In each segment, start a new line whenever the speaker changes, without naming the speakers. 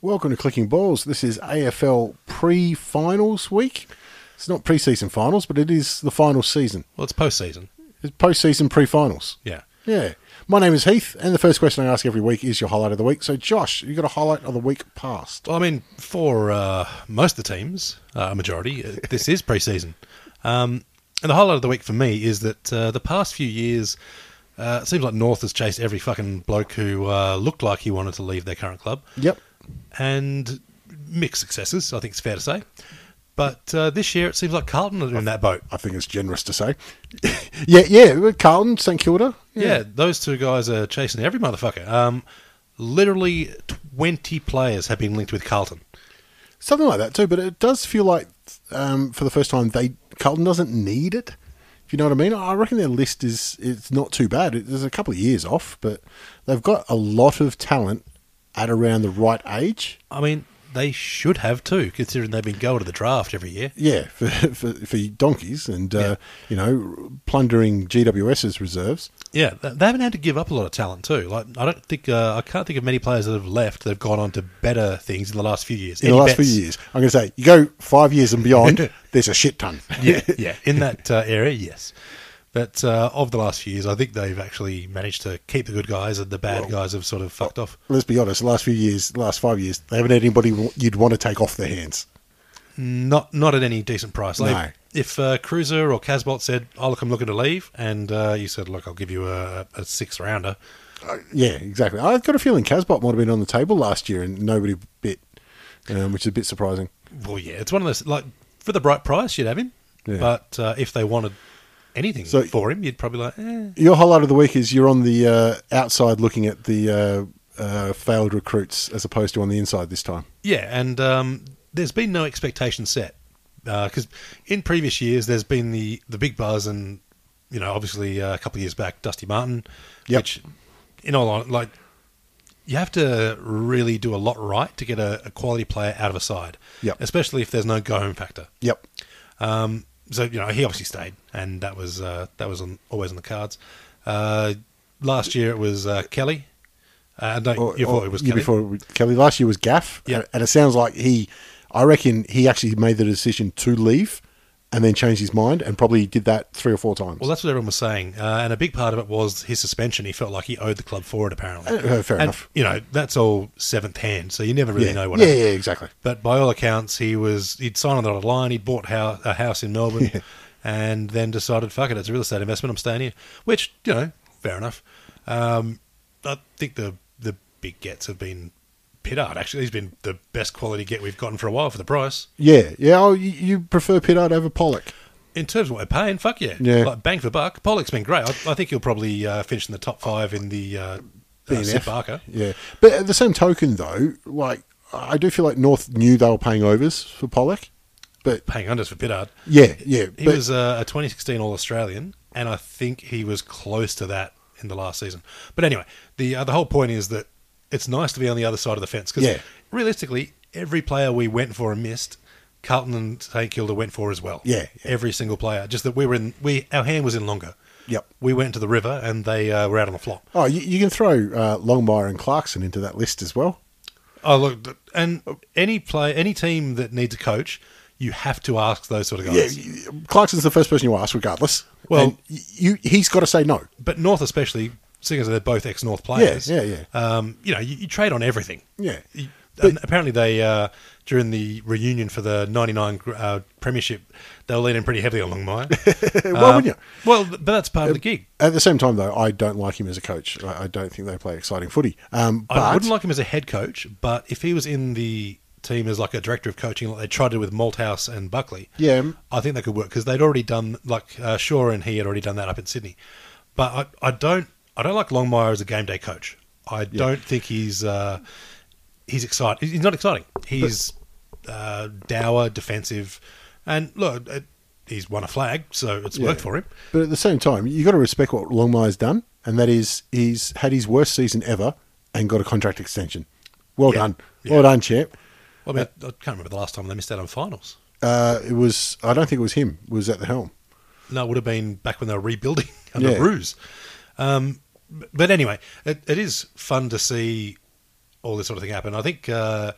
Welcome to Clicking Balls. This is AFL pre finals week. It's not pre season finals, but it is the final season.
Well, it's postseason.
It's post season pre finals.
Yeah.
Yeah. My name is Heath, and the first question I ask every week is your highlight of the week. So, Josh, you got a highlight of the week past?
Well, I mean, for uh, most of the teams, uh, a majority, uh, this is preseason. Um, and the highlight of the week for me is that uh, the past few years, uh, it seems like North has chased every fucking bloke who uh, looked like he wanted to leave their current club.
Yep.
and mixed successes, I think it's fair to say. But uh, this year, it seems like Carlton are in that boat.
I think it's generous to say. yeah, yeah. Carlton, St Kilda.
Yeah. those two guys are chasing every motherfucker. Um, literally 20 players have been linked with Carlton.
Something like that, too. But it does feel like, um, for the first time, they Carlton doesn't need it. If you know what I mean? I reckon their list is it's not too bad. It, there's a couple of years off, but they've got a lot of talent at around the right age.
I mean, they should have too, considering they've been going to the draft every year.
Yeah, for for, for donkeys and uh, you know plundering GWS's reserves.
Yeah, th- they haven't had to give up a lot of talent too. Like, I don't think uh, I can't think of many players that have left that have gone on to better things in the last few years.
In
Eddie
the last
Betts.
few years, I'm going to say you go five years and beyond. there's a shit ton.
yeah, yeah, in that uh, area, yes. But uh, of the last few years, I think they've actually managed to keep the good guys, and the bad guys have sort of
oh.
fucked off.
Let's be honest. The last few years, the last five years, they haven't had anybody w- you'd want to take off their hands.
Not not at any decent price. Like
No.
if uh, Cruiser or Casbolt said, "Oh look, I'm looking to leave," and uh, you said, "Look, I'll give you a, a sixth rounder,"
Yeah, exactly. I've got a feeling Casbot might have been on the table last year and nobody bit, um, which is a bit surprising.
well, yeah, it's one of those like for the right price, you'd have him.
Yeah.
But uh, if they wanted anything
So-
for him, you'd probably like, eh.
Your highlight of the week is you're on the uh, outside looking at the uh, uh, failed recruits as opposed to on the inside this time.
Yeah, and um, there's been no expectation set because in previous years there's been the the big buzz, and you know, obviously uh, a couple of years back, Dusty Martin,
Yep.
which, in all hon- like, you have to really do a lot right to get a, a quality player out of a side,
Yep.
especially if there's no go home factor.
Yep.
Um, so you know, he obviously stayed, and that was uh, that was on, always on the cards. Uh, last year it was uh, Kelly. Uh, no,
Or-
you thought
or
it was
year
Kelly.
before it was Kelly. Last year was Gaff.
Yeah.
And it sounds like he, I reckon he actually made the decision to leave and then changed his mind and probably did that three or four times.
Well, that's what everyone was saying, uh, and a big part of it was his suspension. He felt like he owed the club for it, apparently.
Uh, fair
and,
enough.
You know, that's all seventh hand, so you never really
yeah.
know what.
yeah,
happened.
yeah, exactly.
But by all accounts, he was he'd signed on the dotted line. He'd bought hou- a house in Melbourne, and then decided, "Fuck it, it's a real estate investment. I'm staying here." Which you know, fair enough. Um, I think the the big gets have been Pittard. Actually, he's been the best quality get we've gotten for a while for the price.
Yeah, yeah. Oh, you, you prefer Pittard over Pollock?
In terms of what they're paying, fuck yeah.
Yeah.
Like, bang for buck. Pollock's been great. I, I think he'll probably uh, finish in the top five in the uh, uh, Sid
BNF.
Barker.
Yeah, but at the same token, though, like I do feel like North knew they were paying overs for Pollock, but
Paying unders for Pittard.
yeah, yeah,
He
but
was uh, a 2016 All Australian, and I think he was close to that in the last season. But anyway, the uh, the whole point is that it's nice to be on the other side of the fence because
Yeah.
realistically, every player we went for and missed, Carlton and St Kilda went for as well.
Yeah, yeah.
every single player. Just that we were in we our hand was in longer.
Yep.
we went to the river and they uh, were out on the flop.
oh, you, you can throw uh, Longmire and Clarkson into that list as well.
Oh look, th- and any play, any team that needs a coach, you have to ask those sort of
Yeah,
guys.
y- Uh, Clarkson's the first person you ask, regardless.
Well-
and y- you he's got to say no.
But North, especially, seeing as they're both ex-North players,
yeah, yeah.
Um, you know, you, you trade on everything.
Yeah,
You- and apparently they uh, during the reunion for the '99 uh, Premiership, they were leaning pretty heavily on Longmire.
Why
Uh,
wouldn't you?
Well, th- but that's part of the gig.
At the same time, though, I don't like him as a coach. I, I don't think they play exciting footy. Um, but
I wouldn't like him as a head coach, but if he was in the team as like a director of coaching, like they tried to do with Malthouse and Buckley,
Yeah.
I think that could work because they'd already done like uh, Shaw and he had already done that up in Sydney. But I, I don't, I don't like Longmire as a game day coach. I don't think he's uh, he's exciting. He's not exciting. He's uh, dour, defensive, and look, uh, he's won a flag, so it's
Yeah.
worked for him.
But at the same time, you got to respect what Longmire's done, and that is he's had his worst season ever and got a contract extension. Well
Yeah.
done,
Yeah.
well done, champ.
Well, I mean, I can't remember the last time they missed out on finals.
Uh, it was I don't think it was him. It was at the helm.
No, it would have been back when they were rebuilding under
Yeah.
Ruse. Um, b- but anyway, it, it is fun to see all this sort of thing happen. I think uh,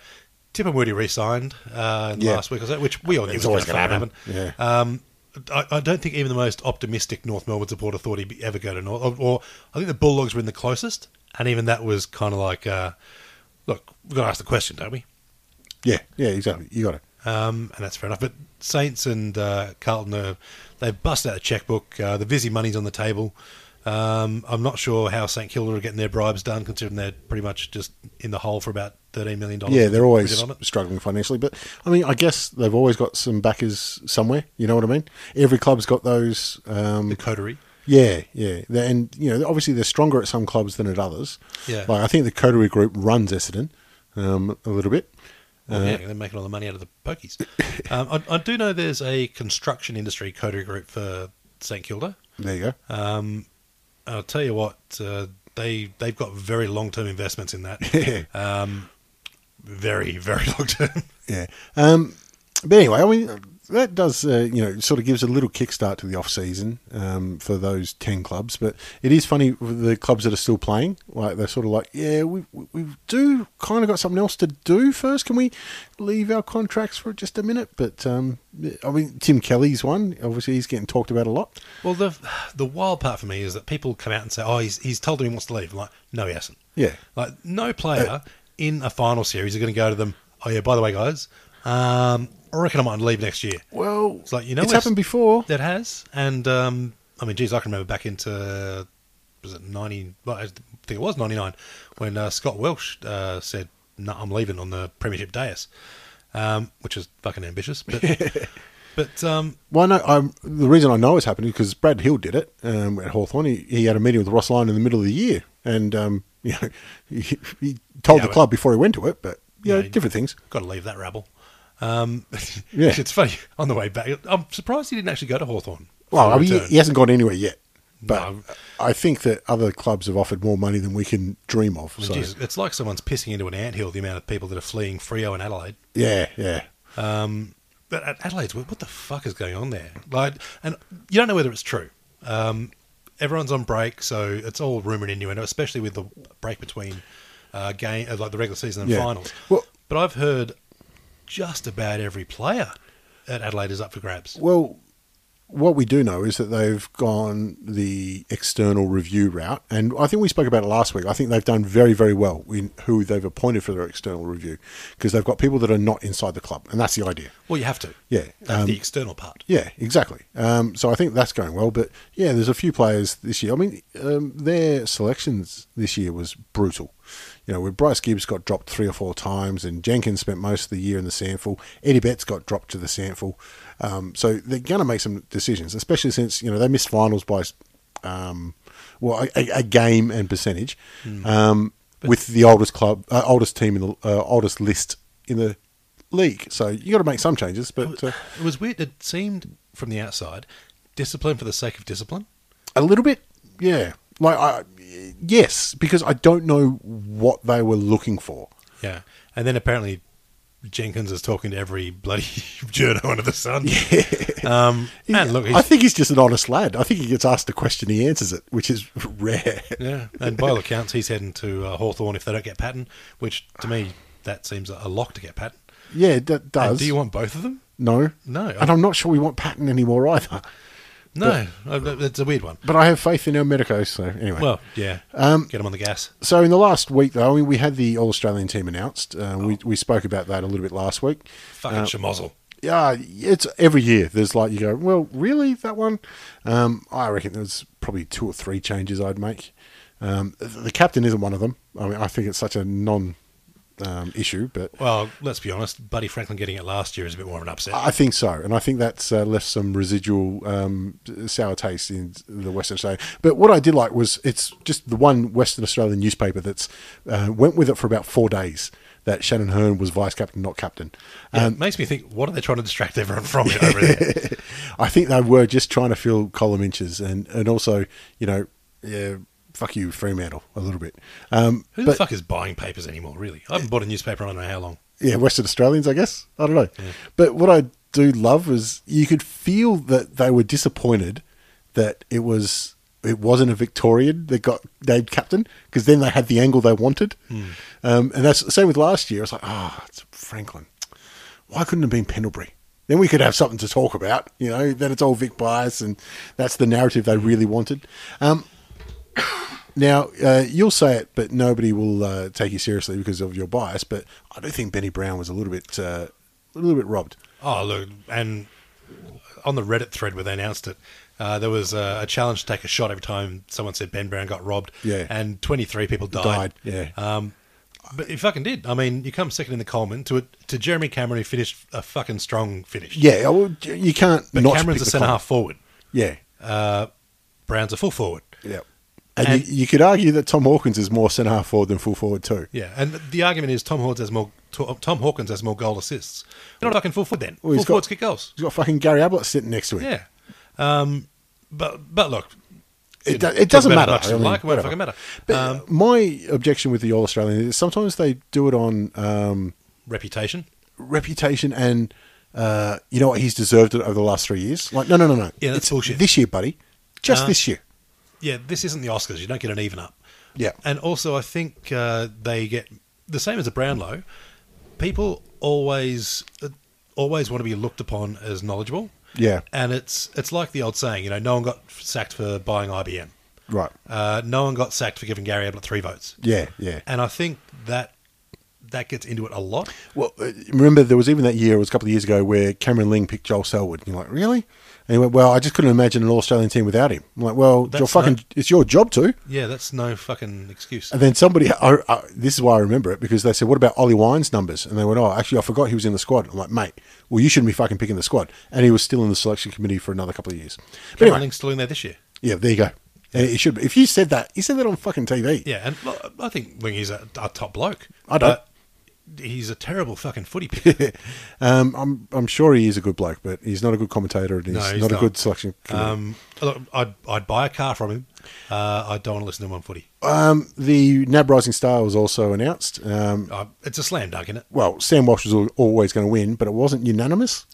Tipper Moody re-signed uh, in the
Yeah.
last week or so, which we all knew
It's
was
always
gonna
gonna
fucking
happen.
Um, I, I don't think even the most optimistic North Melbourne supporter thought he'd be- ever go to North. Or, or I think the Bulldogs were in the closest, and even that was kind of like, uh, look, we've got to ask the question, don't we?
Yeah, yeah, exactly. You got it.
um, and that's fair enough. But Saints and uh, Carlton, are, they've busted out a checkbook. Uh, the Visi money's on the table. Um, I'm not sure how St Kilda are getting their bribes done, considering they're pretty much just in the hole for about $13 million.
Yeah, they're always
redevelopment.
struggling financially, but I mean, I guess they've always got some backers somewhere. You know what I mean? Every club's got those. Um,
The coterie.
Yeah, yeah, They- and you know, obviously they're stronger at some clubs than at others.
Yeah.
like I think the Coterie Group runs Essendon um, a little bit.
Well,
Uh,
yeah, they're making all the money out of the pokies. um, I, I do know there's a construction industry coterie group for St Kilda.
There you go.
Um, I'll tell you what, uh, they they've got very long term investments in that.
Yeah.
Um, very very long term.
Yeah. Um, but anyway, I mean, that does, uh, you know, sort of gives a little kickstart to the off season um, for those 10 clubs. But it is funny, with the clubs that are still playing, like they're sort of like, yeah, we, we- we do kind of got something else to do first. Can we leave our contracts for just a minute? But, um, I mean, Tim Kelly's one, obviously, he's getting talked about a lot.
Well, the the wild part for me is that people come out and say, "Oh, he's he's told him he wants to leave." I'm like, no, he hasn't.
Yeah.
Like, no player
Uh.
in a final series is going to go to them. Oh yeah, by the way, guys, um, I reckon I might leave next year.
Well,
It's like you know,
it's
it's-
happened before.
That has, and um, I mean, geez, I can remember back into was it ninety? Well, I think it was ninety nine when uh, Scott Welsh uh, said, "No, I'm leaving on the Premiership dais," um, which is fucking ambitious, but. But um,
Well, no, I'm, the reason I know it's happening is because Brad Hill did it um, at Hawthorn. He, he had a meeting with Ross Lyon in the middle of the year, and um, you know, he, he told
Yeah,
the
but-
club before he went to it, but you know,
Yeah,
different things.
got to leave that rabble. Um,
Yeah.
It's funny. On the way back, I'm surprised he didn't actually go to Hawthorn.
Well, I mean, he,
Return.
he hasn't gone anywhere yet, but
No.
I think that other clubs have offered more money than we can dream of.
I
So,
mean, geez, it's like someone's pissing into an anthill, the amount of people that are fleeing Frio and Adelaide.
yeah, yeah,
Um, but at Adelaide's, what what the fuck is going on there? Like, and you don't know whether it's true. Um, everyone's on break, so it's all rumor and innuendo, especially with the break between uh, game, uh, like the regular season and
Yeah.
finals.
Well-
but I've heard just about every player at Adelaide is up for grabs.
Well, what we do know is that they've gone the external review route, and I think we spoke about it last week. I think they've done very, very well in who they've appointed for their external review because they've got people that are not inside the club, and that's the idea.
Well, you have to.
Yeah,
That's
um,
the external part.
Yeah, exactly. Um, so I think that's going well, but yeah, there's a few players this year. I mean, um, their selections this year was brutal. You know, where Bryce Gibbs got dropped three or four times, and Jenkins spent most of the year in the sample. Eddie Betts got dropped to the sample. Um, so they're going to make some decisions, especially since you know they missed finals by, um, well, a- a, a game and percentage, um, with the oldest club, uh, oldest team in the uh, oldest list in the league. So you got to make some changes, but. Uh,
It was weird. It seemed from the outside discipline for the sake of discipline.
A little bit, yeah. Like, I, yes, because I don't know what they were looking for.
Yeah, and then apparently Jenkins is talking to every bloody journo under the sun. Um, and look,
I
he's,
think he's just an honest lad. I think he gets asked a question, he answers it, which is rare.
yeah, and by all accounts, he's heading to uh, Hawthorne if they don't get Patton, which to me that seems a lock to get Patton.
Yeah, that
And
does.
do you want both of them?
no,
No,
and I'm not sure we want Patton anymore either.
No, uh, it's a weird one.
But I have faith in El Medico, so anyway.
Well, yeah.
Um,
Get him on the gas.
so in the last week, though, we- we had the All Australian team announced. Uh,
Oh.
we, we spoke about that a little bit last week. uh,
Fucking chamozzle.
Yeah, it's every year. There's like you go, well, really that one. Um, I reckon there's probably two or three changes I'd make. Um, the captain isn't one of them. I mean, I think it's such a non um, issue, but
Well, let's be honest. Buddy Franklin getting it last year is a bit more of an upset.
I think so, and I think that's uh, left some residual um, sour taste in the Western Australian. But what I did like was it's just the one Western Australian newspaper that's uh, went with it for about four days that Shannon Hearn was vice captain, not captain.
Yeah,
um,
it makes me think, what are they trying to distract everyone from it over there?
I think they were just trying to fill column inches, and and also you know yeah. Fuck you, Fremantle, a little bit. Um,
Who the
but-
fuck is buying papers anymore, really? I haven't bought a newspaper in I don't know how long.
yeah, Western Australians, I guess. I don't know. But what I do love is you could feel that they were disappointed that it was it wasn't a Victorian that got named captain because then they had the angle they wanted, um, and that's the same with last year. It's like, ah, it's Franklin. Why couldn't it have been Pendlebury? Then we could have something to talk about, you know. Then it's all Vic bias, and that's the narrative they really wanted. Um, now, uh, you'll say it, but nobody will uh, take you seriously because of your bias. But I do think Benny Brown was a little bit, uh, a little bit robbed.
Oh, look, and on the Reddit thread where they announced it, uh, there was a, a challenge to take a shot every time someone said Ben Brown got robbed.
Yeah.
And 23 people died.
Died,
yeah. Um, but he fucking did. I mean, you come second in the Coleman to it to Jeremy Cameron, who finished a fucking strong finish.
Yeah, well, you can't.
But
not
Cameron's
pick
a
the
centre
club.
half forward.
Yeah,
Brown's a full forward.
yeah. And,
And-
you, you could argue that Tom Hawkins is more centre half forward than full forward too.
Yeah, and the argument is Tom Hawkins has more Tom Hawkins has more goal assists. You're not fucking full forward then.
Well, he's
full forwards
got-
get goals.
He's got fucking Gary Ablett sitting next to him.
Yeah, um, but but look,
It, do-
know,
it doesn't
talk
matter.
about it Much as
I
you
mean,
like, it
whatever.
won't fucking matter.
But
um,
my objection with the All Australian is sometimes they do it on um,
reputation.
reputation and uh, you know what he's deserved it over the last three years. Like no, no, no, no.
Yeah, that's
It's
bullshit.
This year, buddy, just
Uh,
this year.
Yeah, this isn't the Oscars. You don't get an even up.
Yeah.
and also I think uh, they get the same as a Brownlow. People always uh, always want to be looked upon as knowledgeable.
Yeah.
and it's it's like the old saying, you know, no one got sacked for buying IBM.
Right.
Uh, no one got sacked for giving Gary Ablett three votes.
Yeah, yeah.
And I think that that gets into it a lot.
Well, uh, remember there was even that year, it was a couple of years ago, where Cameron Ling picked Joel Selwood. And you're like, really? And he went, well, I just couldn't imagine an All Australian team without him. I'm like, well,
That's
your fucking,
no-
it's your job to.
Yeah, that's no fucking excuse.
And then somebody, I, I, this is why I remember it because they said, "What about Ollie Wine's numbers?" And they went, "Oh, actually, I forgot he was in the squad." I'm like, "Mate, well, you shouldn't be fucking picking the squad." And he was still in the selection committee for another couple of years. But
Cameron
anyway,
Ling's still in there this year.
yeah, there you go. And it should. Be. If you said that, you said that on fucking TV.
Yeah, Uh, and well, I think Ling is a, a top bloke.
I don't.
but He's a terrible fucking footy picker.
Um, I'm, I'm sure he is a good bloke, but he's not a good commentator, and he's,
No, he's
not, a
not.
good selection committee.
um, look, I'd, I'd buy a car from him. Uh, I don't want to listen to him on footy.
Um, the NAB Rising Star was also announced. Um,
Uh, it's a slam dunk, isn't it?
well, Sam Walsh was al- always going to win, but it wasn't unanimous.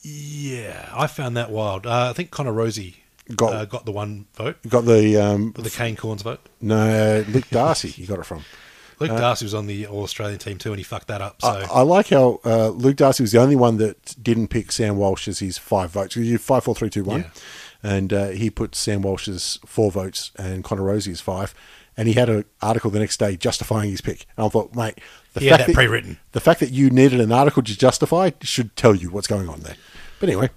Yeah, I found that wild. Uh, I think Connor Rosie
Got-
uh, got the one vote,
You got the um,
the Kane Corns vote.
no Luke Darcy. You got it from.
Luke Darcy was on the All Australian team too, and he fucked that up. So
Uh, I, I like how uh, Luke Darcy was the only one that didn't pick Sam Walsh as his five votes. You did five, four, three, two, one,
Yeah.
and uh, he put Sam Walsh's four votes and Connor Rosie's five. And he had an article the next day justifying his pick. And I thought, mate, the
He had
fact
that pre-written.
The fact that you needed an article to justify should tell you what's going on there. But anyway,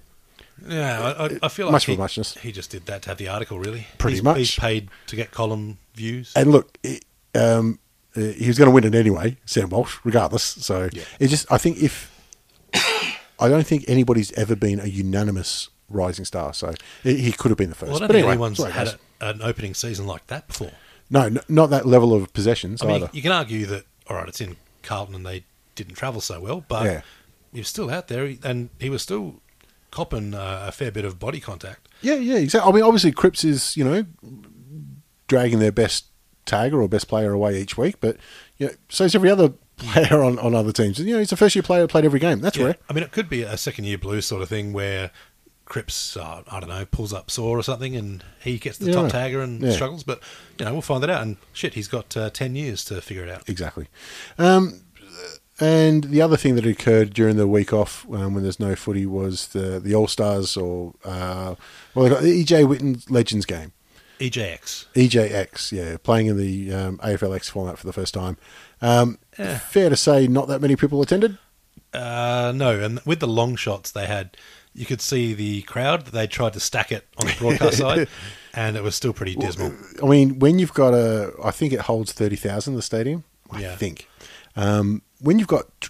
Yeah, I, I, I feel like
much of a
he,
muchness.
he just did that to have the article, really.
Pretty
he's,
much.
He's paid to get column views.
and look, it, um, uh, he was going to win it anyway, Sam Walsh, regardless. So
Yeah.
it just, I think if I don't think anybody's ever been a unanimous rising star, so he he could have been the first.
well, I don't
but
think
anyway,
anyone's
sorry,
had
guys.
a, an opening season like that before.
no, n- not that level of possessions
I mean,
either.
you can argue that, all right, it's in Carlton and they didn't travel so well, but
Yeah.
he was still out there and he was still copping uh, a fair bit of body contact.
yeah, yeah, exactly. I mean, obviously, Cripps is you know dragging their best tagger or best player away each week, but you know, so is every other player on, on other teams. You know, he's a first year player who played every game. That's rare.
I mean, it could be a second year blue sort of thing where Cripps, uh, I don't know, pulls up sore or something and he gets the
Yeah.
top tagger and
Yeah.
struggles, but, you know, we'll find that out. And shit, he's got uh, 10 years to figure it out.
Exactly. Um, And the other thing that occurred during the week off um, when there's no footy was the the All Stars or uh, well, they got the EJ Witten Legends game.
E EJX.
EJX, yeah, playing in the um, AFLX format for the first time. Um, Fair to say, not that many people attended.
Uh, no, and with the long shots they had, you could see the crowd. They tried to stack it on the broadcast side, and it was still pretty dismal.
I mean, when you've got a, I think it holds thirty thousand the stadium. I
Yeah.
think um, when you've got t-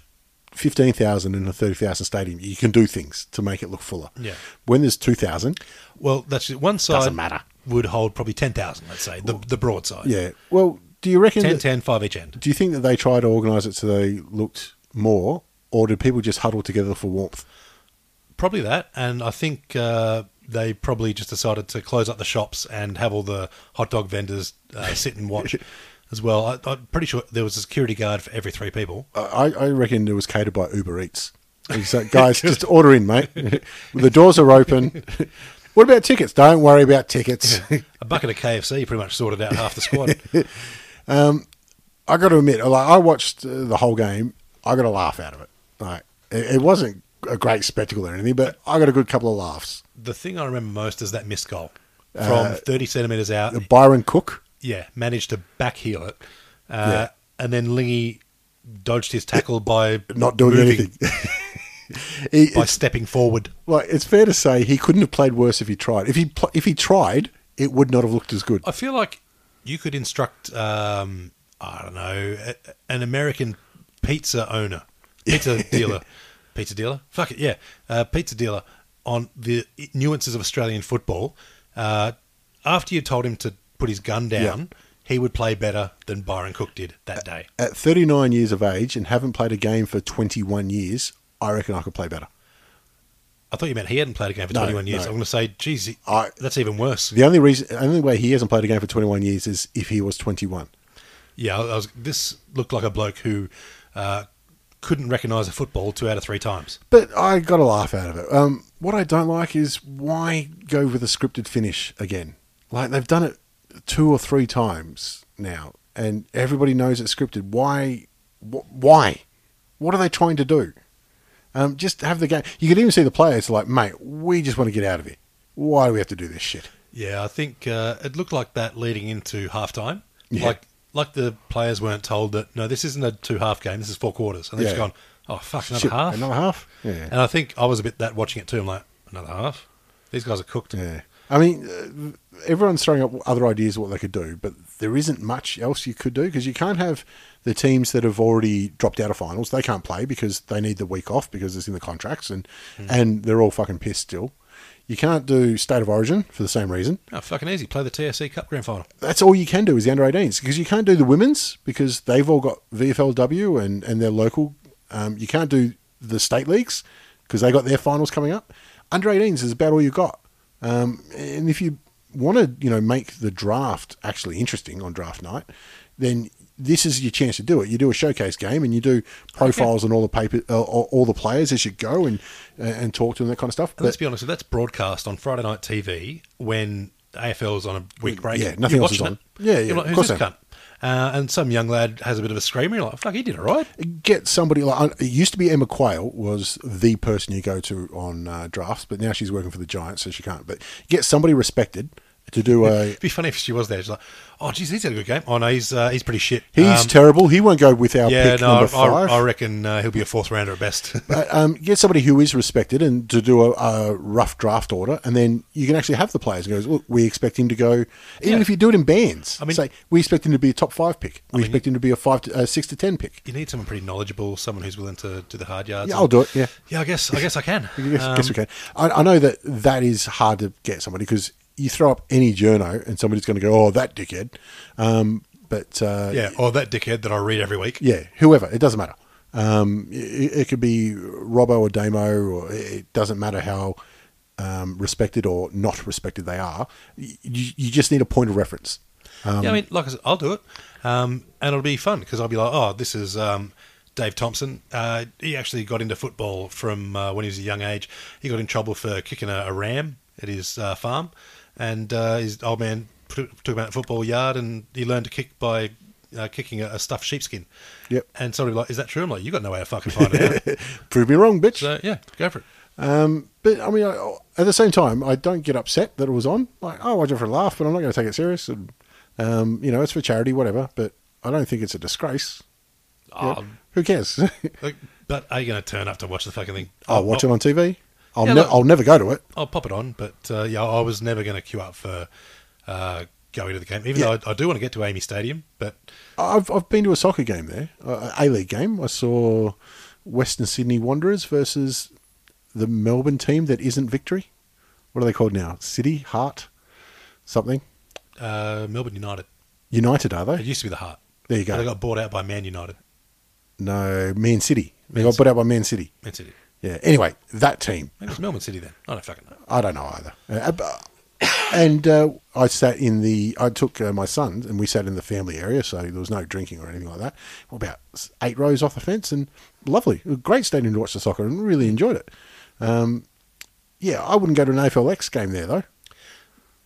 fifteen thousand in a thirty thousand stadium, you can do things to make it look fuller.
Yeah.
When there's two thousand,
Well, that's it. one side
matter.
would hold probably ten thousand. Let's say the the broadside.
yeah. Well, do you reckon?
10,
That,
10, 5 each end.
do you think that they try to organise it so they looked more, or did people just huddle together for warmth?
Probably that, and I think uh, they probably just decided to close up the shops and have all the hot dog vendors uh, sit and watch as well. I, I'm pretty sure there was a security guard for every three people.
I, I reckon it was catered by Uber Eats. He's like, guys, just order in, mate. the doors are open. what about tickets? Don't worry about tickets.
A bucket of KFC pretty much sorted out half the squad.
I got to admit, like, I watched uh, the whole game. I got a laugh out of it. Like, it, it wasn't a great spectacle or anything, but I got a good couple of laughs.
the thing I remember most is that missed goal from
Uh,
30 centimetres out.
Byron Cook.
yeah, managed to back heel it. Uh, And then Lingy dodged his tackle by
Not doing
moving,
anything. He-
by
it's,
stepping forward.
like it's fair to say he couldn't have played worse if he tried. If he pl- if he tried, it would not have looked as good.
I feel like you could instruct, um, I don't know, a, an American pizza owner, pizza dealer, pizza dealer. Fuck it, yeah, uh, pizza dealer on the nuances of Australian football. Uh, after you told him to put his gun down, he would play better than Byron Cook did
Uh,
that day.
At 39 years of age and haven't played a game for 21 years, I reckon I could play better.
I thought you meant he hadn't played a game for
No,
21 years.
no.
I'm going to say, geez, he-
I-
that's even worse.
The only reason, the only way he hasn't played a game for 21 years is if he was 21.
Yeah, I was, this looked like a bloke who uh, couldn't recognise a football two out of three times.
But I got a laugh out of it. Um, what I don't like is why go with a scripted finish again? Like they've done it two or three times now, and everybody knows it's scripted. Why? Wh- why? What are they trying to do? Um, just have the game. You could even see the players like, mate, we just want to get out of here. Why do we have to do this shit?
Yeah, I think uh, it looked like that leading into half time.
Yeah.
Like, like the players weren't told that, no, this isn't a two half game, this is four quarters. And they've just
Yeah.
gone, oh, fuck, another
Shit,
half?
Another half. Yeah.
And I think I was a bit that watching it too. I'm like, another half? These guys are cooked.
Yeah. I mean, uh, everyone's throwing up other ideas of what they could do, but there isn't much else you could do because you can't have the teams that have already dropped out of finals. They can't play because they need the week off because it's in the contracts and, and they're all fucking pissed still. You can't do state of origin for the same reason.
Oh, fucking easy. Play the TSC Cup grand final.
That's all you can do is the under 18s because you can't do the women's because they've all got VFLW and, and they're local. Um, you can't do the state leagues because they got their finals coming up. Under 18s is about all you got. Um, and if you want to, you know, make the draft actually interesting on draft night, then this is your chance to do it. You do a showcase game and you do profiles and all the paper, uh, all all the players as you go and uh, and talk to them that kind of stuff.
And let's be honest, if that's broadcast on Friday night TV when AFL's on a week break,
Yeah, nothing
you're
else is
watching
on. Yeah, yeah,
You're like,
of
Who's
course
this
I
cunt? Uh, and some young lad has a bit of a screamer. You're like, fuck, he did all right.
get somebody like it used to be Emma Quayle was the person you go to on uh, drafts, but now she's working for the Giants, so she can't. But get somebody respected to do a.
It'd be funny if she was there. She's like, oh, geez, he's had a good game. Oh, no, he's, uh, he's pretty shit.
He's
Um,
terrible. He won't go with our
Yeah,
pick
no,
number
I,
five.
I, I reckon uh, he'll be a fourth rounder at best.
But, um, get somebody who is respected and to do a, a rough draft order, and then you can actually have the players and goes, look, we expect him to go. Even
Yeah.
if you do it in bands,
I
I
mean-
mean, say we expect him to be a top five pick. We expect him to be a five, to, uh, six to ten pick.
you need someone pretty knowledgeable, someone who's willing to do the hard yards.
Yeah,
And-
I'll do it. Yeah.
Yeah, I guess I guess I can.
Yes,
Um,
guess we can. I, I know that that is hard to get somebody because you throw up any journo and somebody's going to go, "Oh, that dickhead." Um, but uh,
Yeah, or that dickhead that I read every week.
yeah, whoever it doesn't matter. Um, it, it could be Robbo or Damo, or it- it doesn't matter how um, respected or not respected they are. You, you just need a point of reference. Um,
yeah, I mean, like I said, I'll do it, um, and it'll be fun because I'll be like, oh, this is um, Dave Thompson. Uh, he actually got into football from uh, when he was a young age. He got in trouble for kicking a, a ram at his uh, farm, and uh, his old man put- took him out to the football yard, and he learned to kick by uh, kicking a, a stuffed sheepskin.
Yep.
And somebody like, is that true? I'm like, you got no way to fucking find it out.
Prove me wrong, bitch.
So yeah, go for it.
Um, but I mean, I, at the same time, I don't get upset that it was on. Like, oh, I watch it for a laugh, but I'm not going to take it serious. And, um, you know, it's for charity, whatever. But I don't think it's a disgrace. Yeah,
Oh,
Who cares?
like, but are you going to turn up to watch the fucking thing?
I'll watch
not-
it on TV. I'll,
Oh, Yeah,
ne-
look-
I'll never go to it.
I'll pop it on, but uh, yeah, I was never going to queue up for uh, going to the game, even
Yeah.
though I, I do want to get to Amy Stadium. But
I've I've been to a soccer game there, a A League game. I saw Western Sydney Wanderers versus the Melbourne team that isn't Victory. What are they called now? City Heart, something
uh, Melbourne United,
United are
it
they?
used to be the Heart.
There you
But They
go.
got bought out by Man United.
No, Man City. They
Man
got put out by Man City.
Man City.
Yeah. Anyway, that team.
Maybe it's Melbourne City then. I don't fucking know.
I don't know either. Uh, but- and uh, I sat in the. I took uh, my son and we sat in the family area, so there was no drinking or anything like that. We're about s- eight rows off the fence, and lovely, It was a great stadium to watch the soccer, and really enjoyed it. Um, yeah, I wouldn't go to an AFLX game there though.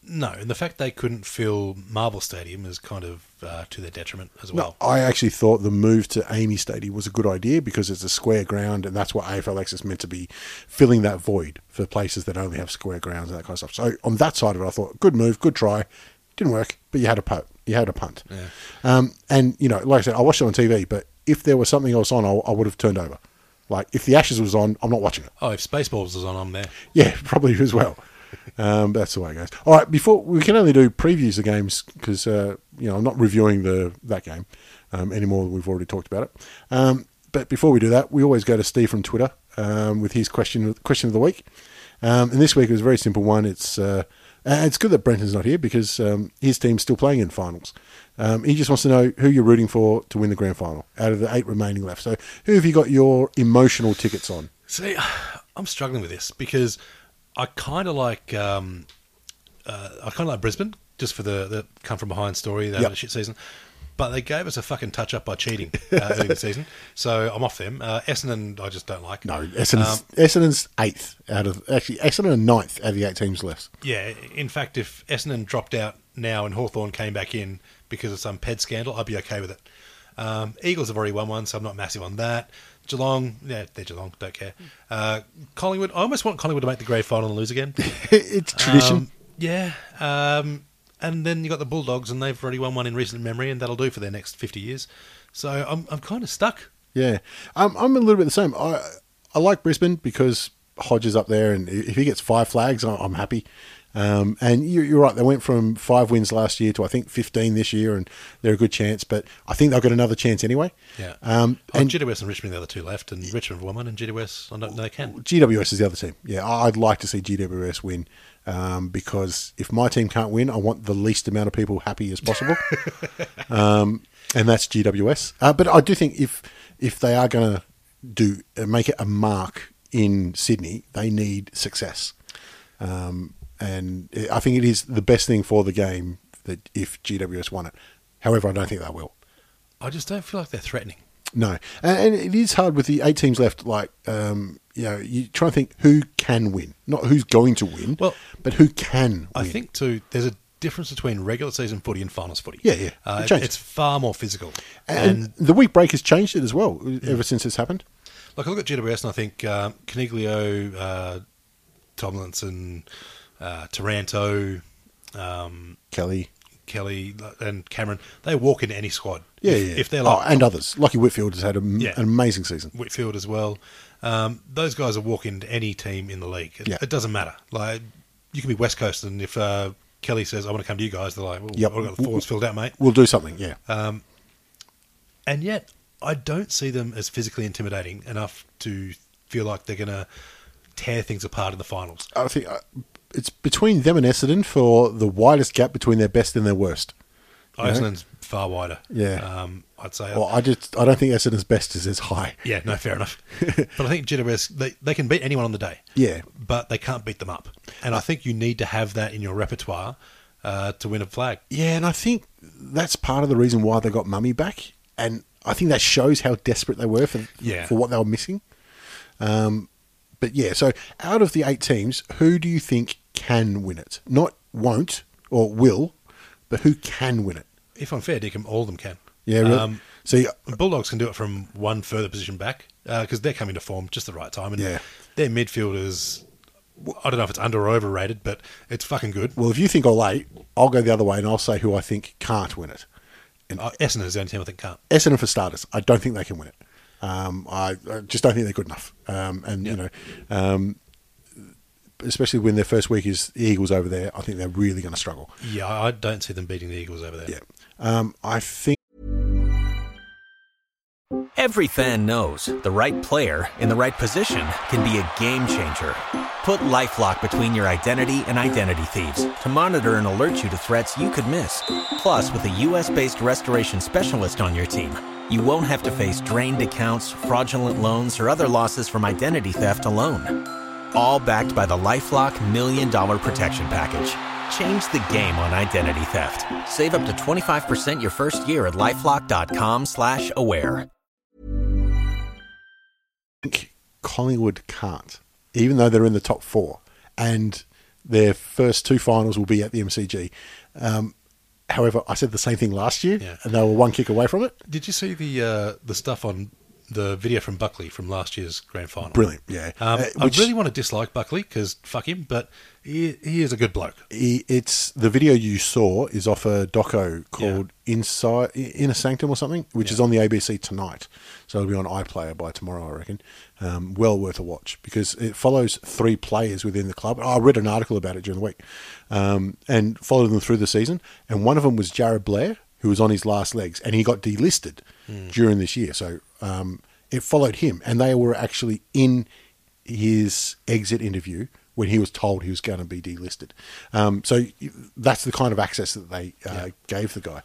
No, and the fact they couldn't fill Marvel Stadium is kind of uh, to their detriment as well.
No, I actually thought the move to Amy Stadium was a good idea because it's a square ground, and that's what AFLX is meant to be filling that void for places that only have square grounds and that kind of stuff. So on that side of it, I thought good move, good try, didn't work, but you had a punt. You had a punt.
Yeah.
Um, and you know, like I said, I watched it on TV, but if there was something else on, I, I would have turned over. Like if the Ashes was on, I'm not watching it.
Oh, if Spaceballs is on, I'm there.
Yeah, probably as well. Um, that's the way it goes. All right, before we can only do previews of games because uh, you know I'm not reviewing the that game um, anymore. We've already talked about it. Um, but before we do that, we always go to Steve from Twitter um, with his question question of the week. Um, and this week it was a very simple one. It's uh, uh, it's good that Brenton's not here because um, his team's still playing in finals. Um, he just wants to know who you're rooting for to win the grand final out of the eight remaining left. So who have you got your emotional tickets on?
See, I'm struggling with this because I kind of like um, uh, I kind of like Brisbane just for the, the come from behind story. They had
Yep.
a shit season, but they gave us a fucking touch up by cheating uh, early in the season, so I'm off them. Uh, Essendon, I just don't like.
No, Essendon's, Essendon's eighth out of actually Essendon are ninth out of the eight teams left.
Yeah, in fact, if Essendon dropped out now and Hawthorn came back in because of some ped scandal, I'd be okay with it. Um, Eagles have already won one, so I'm not massive on that. Geelong, yeah, they're Geelong, don't care. Uh, Collingwood, I almost want Collingwood to make the grey final and lose again.
it's tradition.
Um, yeah. Um, and then you got the Bulldogs, and they've already won one in recent memory, and that'll do for their next 50 years. So I'm, I'm kind of stuck.
yeah, um, I'm a little bit the same. I I like Brisbane because Hodge is up there, and if he gets five flags, I- I'm happy. Um, and you- you're right; they went from five wins last year to I think 15 this year, and they're a good chance. But I think they've got another chance anyway.
Yeah.
Um,
Oh,
and
GWS and Richmond, are the other two left, and Richmond won one, and GWS, I don't know they can.
GWS is the other team. Yeah, I- I'd like to see GWS win um, because if my team can't win, I want the least amount of people happy as possible. um, and that's GWS. Uh, but I do think if if they are going to do uh, make it a mark in Sydney, they need success. Um, and it- I think it is the best thing for the game that if GWS won it. However, I don't think they will.
I just don't feel like they're threatening.
No, and, and it is hard with the eight teams left. Like, um, you know, you try and think who can win, not who's going to win,
Well,
but who can.
I
win.
think, too, there's a difference between regular season footy and finals footy.
Yeah, yeah.
Uh,
It
it-
changes.
it's far more physical.
and,
And, Hmm.
the week break has changed it as well. e-, Ever since it's happened,
like, I look at GWS, and I think um, Caniglio, uh, Tomlinson, uh, Taranto, um,
Kelly,
Kelly and Cameron, they walk into any squad.
yeah,
if,
yeah,
if they're like
oh, and others. Lucky Whitfield has had a,
Yeah.
an amazing season.
Whitfield as well, um, those guys are walking into any team in the league. It,
Yeah.
it doesn't matter. Like you can be West Coast, and if uh, Kelly says, "I want to come to you guys," they're like, well,
Yep.
"I've got the forwards filled out, mate."
We'll do something. Yeah,
Uh, And yet, I don't see them as physically intimidating enough to feel like they're going to tear things apart in the finals.
I think uh, it's between them and Essendon for the widest gap between their best and their worst.
Iceland's far wider.
Yeah.
um, I'd say.
Well, I just I don't think Essendon's best is as high.
yeah, no, fair enough. but I think GWS they, they can beat anyone on the day.
Yeah,
but they can't beat them up. And I think you need to have that in your repertoire uh, to win a flag.
Yeah, and I think that's part of the reason why they got Mummy back, and I think that shows how desperate they were for
Yeah.
for what they were missing. Um, but yeah, so out of the eight teams, who do you think can win it? Not won't or will, but who can win it?
If I'm fair, Dickham, all of them can.
Yeah, really.
Um,
so you-
And Bulldogs can do it from one further position back because they're coming to form just the right time. And
Yeah.
their midfielders, I don't know if it's under or overrated, but it's fucking good.
well, if you think all eight, I'll go the other way and I'll say who I think can't win it.
Uh, Essendon is the only team I think can't.
Essendon for starters, I don't think they can win it. Um, I, I just don't think they're good enough. Um, and you know, um, especially when their first week is the Eagles over there, I think they're really going to struggle.
Yeah, I I don't see them beating the Eagles over there.
Yeah, um, I think
Every fan knows the right player in the right position can be a game changer. Put LifeLock between your identity and identity thieves to monitor and alert you to threats you could miss. Plus, with a U.S.-based restoration specialist on your team, you won't have to face drained accounts, fraudulent loans, or other losses from identity theft alone. All backed by the LifeLock Million Dollar Protection Package. Change the game on identity theft. Save up to 25% your first year at LifeLock.com slash aware.
think Collingwood can't, even though they're in the top four, and their first two finals will be at the MCG. Um, however, I said the same thing last year,
Yeah.
and they were one kick away from it.
Did you see the uh, the stuff on the video from Buckley from last year's grand final?
Brilliant, yeah.
Um,
Uh, which-
I really want to dislike Buckley because fuck him, but he, he is a good bloke.
he, it's the video you saw is off a doco called Inside Inner Sanctum or something, which is on the ABC tonight. So it'll be on iPlayer by tomorrow, I reckon. Um, well worth a watch because it follows three players within the club. I read an article about it during the week um, and followed them through the season. And one of them was Jared Blair, who was on his last legs, and he got delisted during this year. So um, it followed him, and they were actually in his exit interview when he was told he was going to be delisted. Um, so y- that's the kind of access that they uh, gave the guy.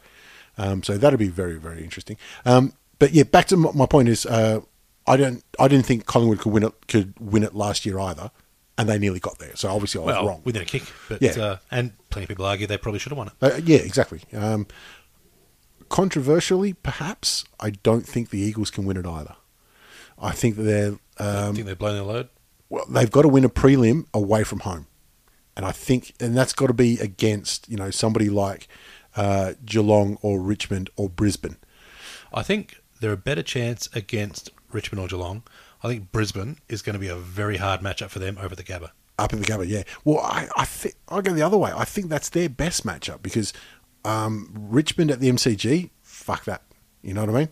Um, so that'll be very very interesting. Um, but yeah, back to m- my point is uh, I don't I didn't think Collingwood could win it could win it last year either, and they nearly got there. So obviously I was
Well,
wrong.
within a kick, but
Yeah.
uh, and plenty of people argue they probably should have won it.
Uh, yeah, exactly. Um, controversially, perhaps I don't think the Eagles can win it either. I think that they're
I think they've blown their load.
well, they've got to win a prelim away from home, and I think, and that's got to be against you know somebody like uh, Geelong or Richmond or Brisbane.
I think they're a better chance against Richmond or Geelong. I think Brisbane is going to be a very hard matchup for them over the Gabba.
Up in the cover, yeah. Well, I I, thi- I go the other way. I think that's their best matchup because um, Richmond at the MCG, fuck that. You know what I mean?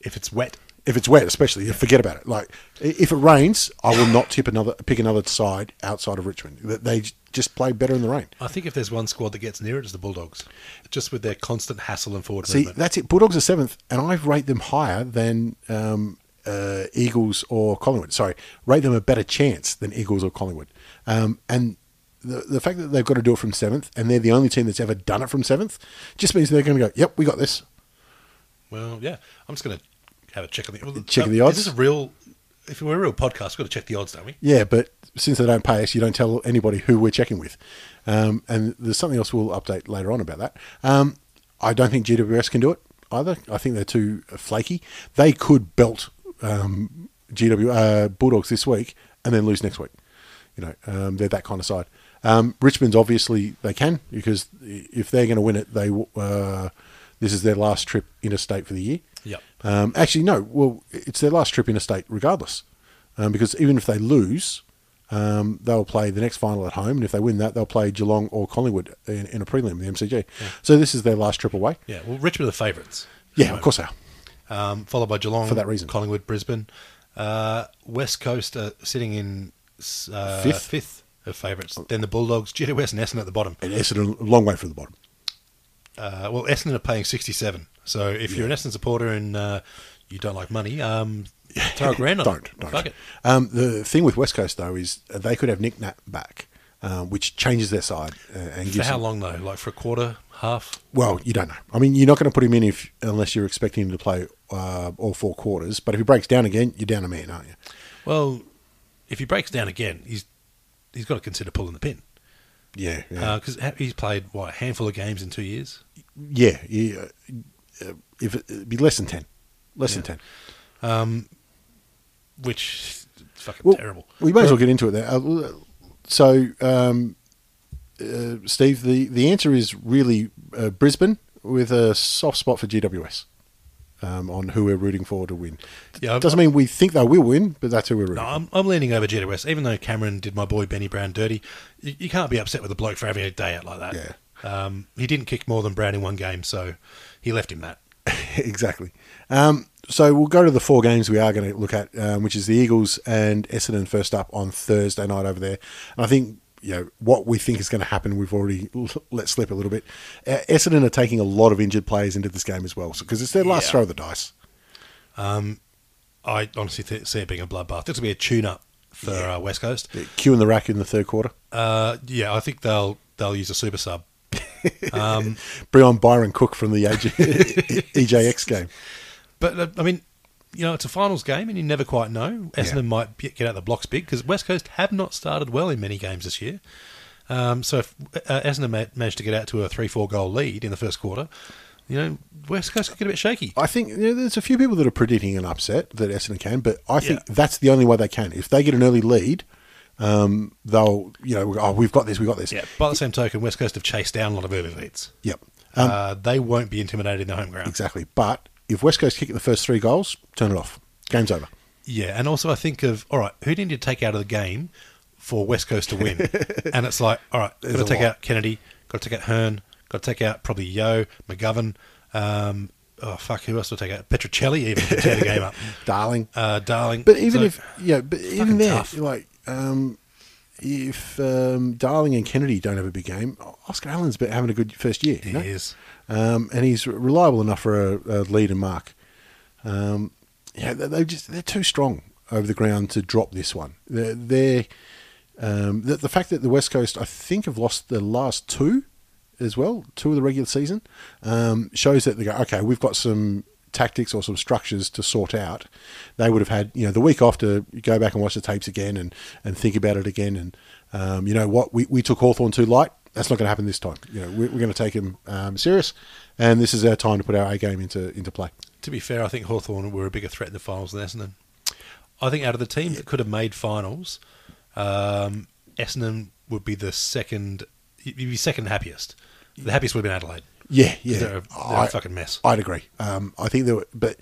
If it's wet,
If it's wet, especially, forget about it. Like i- if it rains, I will not tip another pick another side outside of Richmond. They- They j- just play better in the rain.
I think if there's one squad that gets near it, it's the Bulldogs, just with their constant hassle and forward
See,
movement.
that's it. Bulldogs are seventh, and I rate them higher than um, uh, Eagles or Collingwood. Sorry, rate them a better chance than Eagles or Collingwood. Um, and the, the fact that they've got to do it from seventh, and they're the only team that's ever done it from seventh, just means they're going to go, yep, we got this.
Well, yeah, I'm just going to have a check on the well,
Check
uh,
the odds?
Is this a real? If we're a real podcast, we've got to check the odds, don't we?
Yeah, but since they don't pay us, you don't tell anybody who we're checking with. Um, and there's something else we'll update later on about that. Um, I don't think GWS can do it either. I think they're too flaky. They could belt um, GW uh, Bulldogs this week and then lose next week. You know, um, they're that kind of side. Um, Richmond's obviously they can because if they're going to win it, they uh, this is their last trip interstate for the year.
Yep.
Um, actually, no. Well, it's their last trip interstate, regardless, um, because even if they lose, um, they'll play the next final at home, and if they win that, they'll play Geelong or Collingwood in, in a prelim, the MCG. So this is their last trip away.
Yeah. Well, Richmond are the favourites.
Yeah, of course they are.
Um, followed by Geelong
For that reason.
Collingwood, Brisbane, uh, West Coast are sitting in uh,
Fifth.
fifth of favourites. Then the Bulldogs, GWS, and Essendon at the bottom.
And Essendon, a long way from the bottom.
Uh, well, Essendon are paying 67. So if you're an Essendon supporter and uh, you don't like money, um, throw a grand on it.
don't, don't.
Fuck it.
Um, the thing with West Coast though is they could have Nick Nat back, um, which changes their side uh, and gives
For how
them-
long though? Like for a quarter, half?
Well, you don't know. I mean, you're not going to put him in if unless you're expecting him to play uh, all four quarters. But if he breaks down again, you're down a man, aren't you?
Well, if he breaks down again, he's he's got to consider pulling the pin
Yeah, yeah.
because he's played what a handful of games in two years.
Yeah, yeah uh, if it, it'd be less than ten, less than
Yeah.
ten.
which is fucking
Well,
terrible.
We may as well get into it there. Uh, so, um, uh, Steve, the the answer is really uh, Brisbane with a soft spot for GWS. um, on who we're rooting for to win.
Yeah, I'm-
Doesn't mean we think they will win, but that's who we're rooting.
No,
for.
I'm, I'm leaning over Jetta West, even though Cameron did my boy Benny Brown dirty. You, you can't be upset with a bloke for having a day out like that. Yeah. Um, he didn't kick more than Brown in one game, so he left him that.
exactly. Um, so we'll go to the four games we are going to look at, um, which is the Eagles and Essendon first up on Thursday night over there. And I think you know what we think is going to happen. We've already l- let slip a little bit. Uh, Essendon are taking a lot of injured players into this game as well, because it's their last
Yeah.
throw of the dice.
I honestly th- see it being a bloodbath. This will be a tune-up for uh, West Coast.
Q and the rack in the third quarter.
Uh, yeah, I think they'll they'll use a super sub. Um,
Bring on Byron Cook from the AJ, EJX game.
but uh, I mean, you know, it's a finals game, and you never quite know. Essendon
Yeah.
might be- get out the blocks big because West Coast have not started well in many games this year. Um, so if uh, Essendon ma- managed to get out to a three-four goal lead in the first quarter, you know, West Coast could get a bit shaky.
I think you know, there's a few people that are predicting an upset that Essendon can, but I think
Yeah.
that's the only way they can. If they get an early lead, um, they'll you know oh we've got this, we've got this.
Yeah. By the same token, West Coast have chased down a lot of early leads.
Yep. Um,
uh, they won't be intimidated in their home ground.
exactly. But if West Coast kick the first three goals, turn it off. Game's over.
Yeah, and also I think of all right, who do you need to take out of the game for West Coast to win? and it's like, all right, got
There's
to
a
take
lot.
out Kennedy, got to take out Hearn, got to take out probably Yo McGovern. Um, oh fuck, who else to take out? Petricelli even to tear the game up.
Darling.
Uh, Darling,
But even
So-
if yeah, but even
fucking
there,
tough.
like um, if um, Darling and Kennedy don't have a big game, Oscar Allen's been having a good first year.
he
you know?
is,
um, and he's reliable enough for a, a lead and mark. Um, yeah, they, they just they're too strong over the ground to drop this one. They're, they're um, the, the fact that the West Coast, I think, have lost the last two as well, two of the regular season, um, shows that they go, okay, we've got some tactics or some structures to sort out. They would have had, you know, the week off to go back and watch the tapes again and, and think about it again. And, um, you know what, we, we took Hawthorn too light. That's not going to happen this time. You know, we're, we're going to take him um, serious. And this is our time to put our A game into, into play.
to be fair, I think Hawthorn were a bigger threat in the finals than Essendon. I think out of the teams that could have made finals, um, Essendon would be the second. You'd be second happiest. The happiest would have been Adelaide.
Yeah, yeah.
They're, a- they're a
I-
fucking mess.
I'd agree. Um, I think there were, but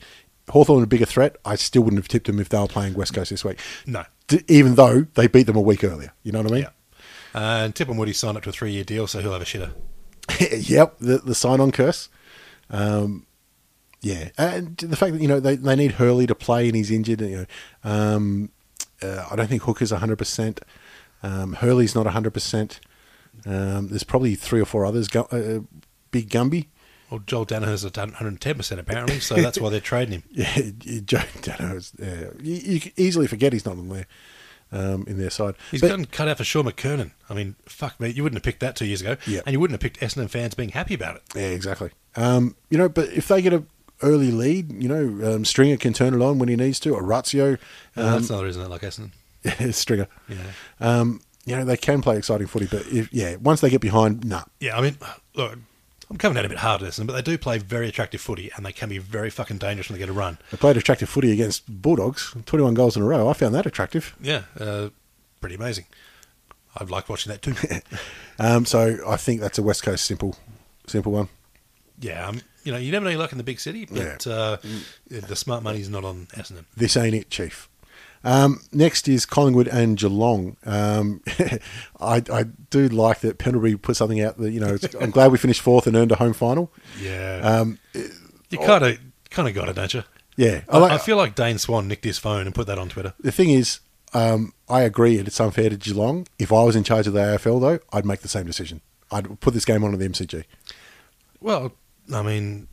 Hawthorn a bigger threat. I still wouldn't have tipped them if they were playing West Coast this week.
No.
D- even though they beat them a week earlier. You know what I mean?
Yeah. Uh, and Tip and Woody signed up to a three year deal, so he'll have a shitter.
yep, the, the sign on curse. Um, yeah, and the fact that you know they, they need Hurley to play and he's injured. You know, um, uh, I don't think Hooker's hundred percent. Um, Hurley's not hundred percent. Um, there's probably three or four others. Gu- uh, Big Gumby.
Well, Joel Danaher's at 110% apparently, so that's why they're trading him.
Yeah, Joe Dano is. Yeah, you, you could easily forget he's not on there um, in their side.
He's
But-
gotten cut out for Sean McKernan. I mean, fuck me, you wouldn't have picked that two years ago,
Yeah.
and you wouldn't have picked Essendon fans being happy about it.
Yeah, exactly. Um, you know, but if they get a early lead, you know, um, Stringer can turn it on when he needs to. Orazio,
Uh, that's another reason I like Essendon.
Stringer.
Yeah.
Um, you know, they can play exciting footy, but if, yeah, once they get behind, nah.
Yeah, I mean, look, I'm coming out a bit hard at Essendon, but they do play very attractive footy, and they can be very fucking dangerous when they get a run.
They played attractive footy against Bulldogs, 21 goals in a row. I found that attractive.
Yeah, uh, pretty amazing. I've liked watching that too.
Um, so I think that's a West Coast simple, simple one.
yeah, um, you know, you never know your luck in the big city, but uh, the smart money's not on Essendon.
This ain't it, Chief. Um, next is Collingwood and Geelong. Um, I, I do like that Pendlebury put something out that, you know, it's, I'm glad we finished fourth and earned a home final.
Yeah.
Um,
You kind of kind of got it, don't you?
yeah.
I,
like-
I feel like Dane Swan nicked his phone and put that on Twitter.
the thing is, um, I agree, and it's unfair to Geelong. If I was in charge of the AFL, though, I'd make the same decision. I'd put this game on at the MCG.
Well, I mean,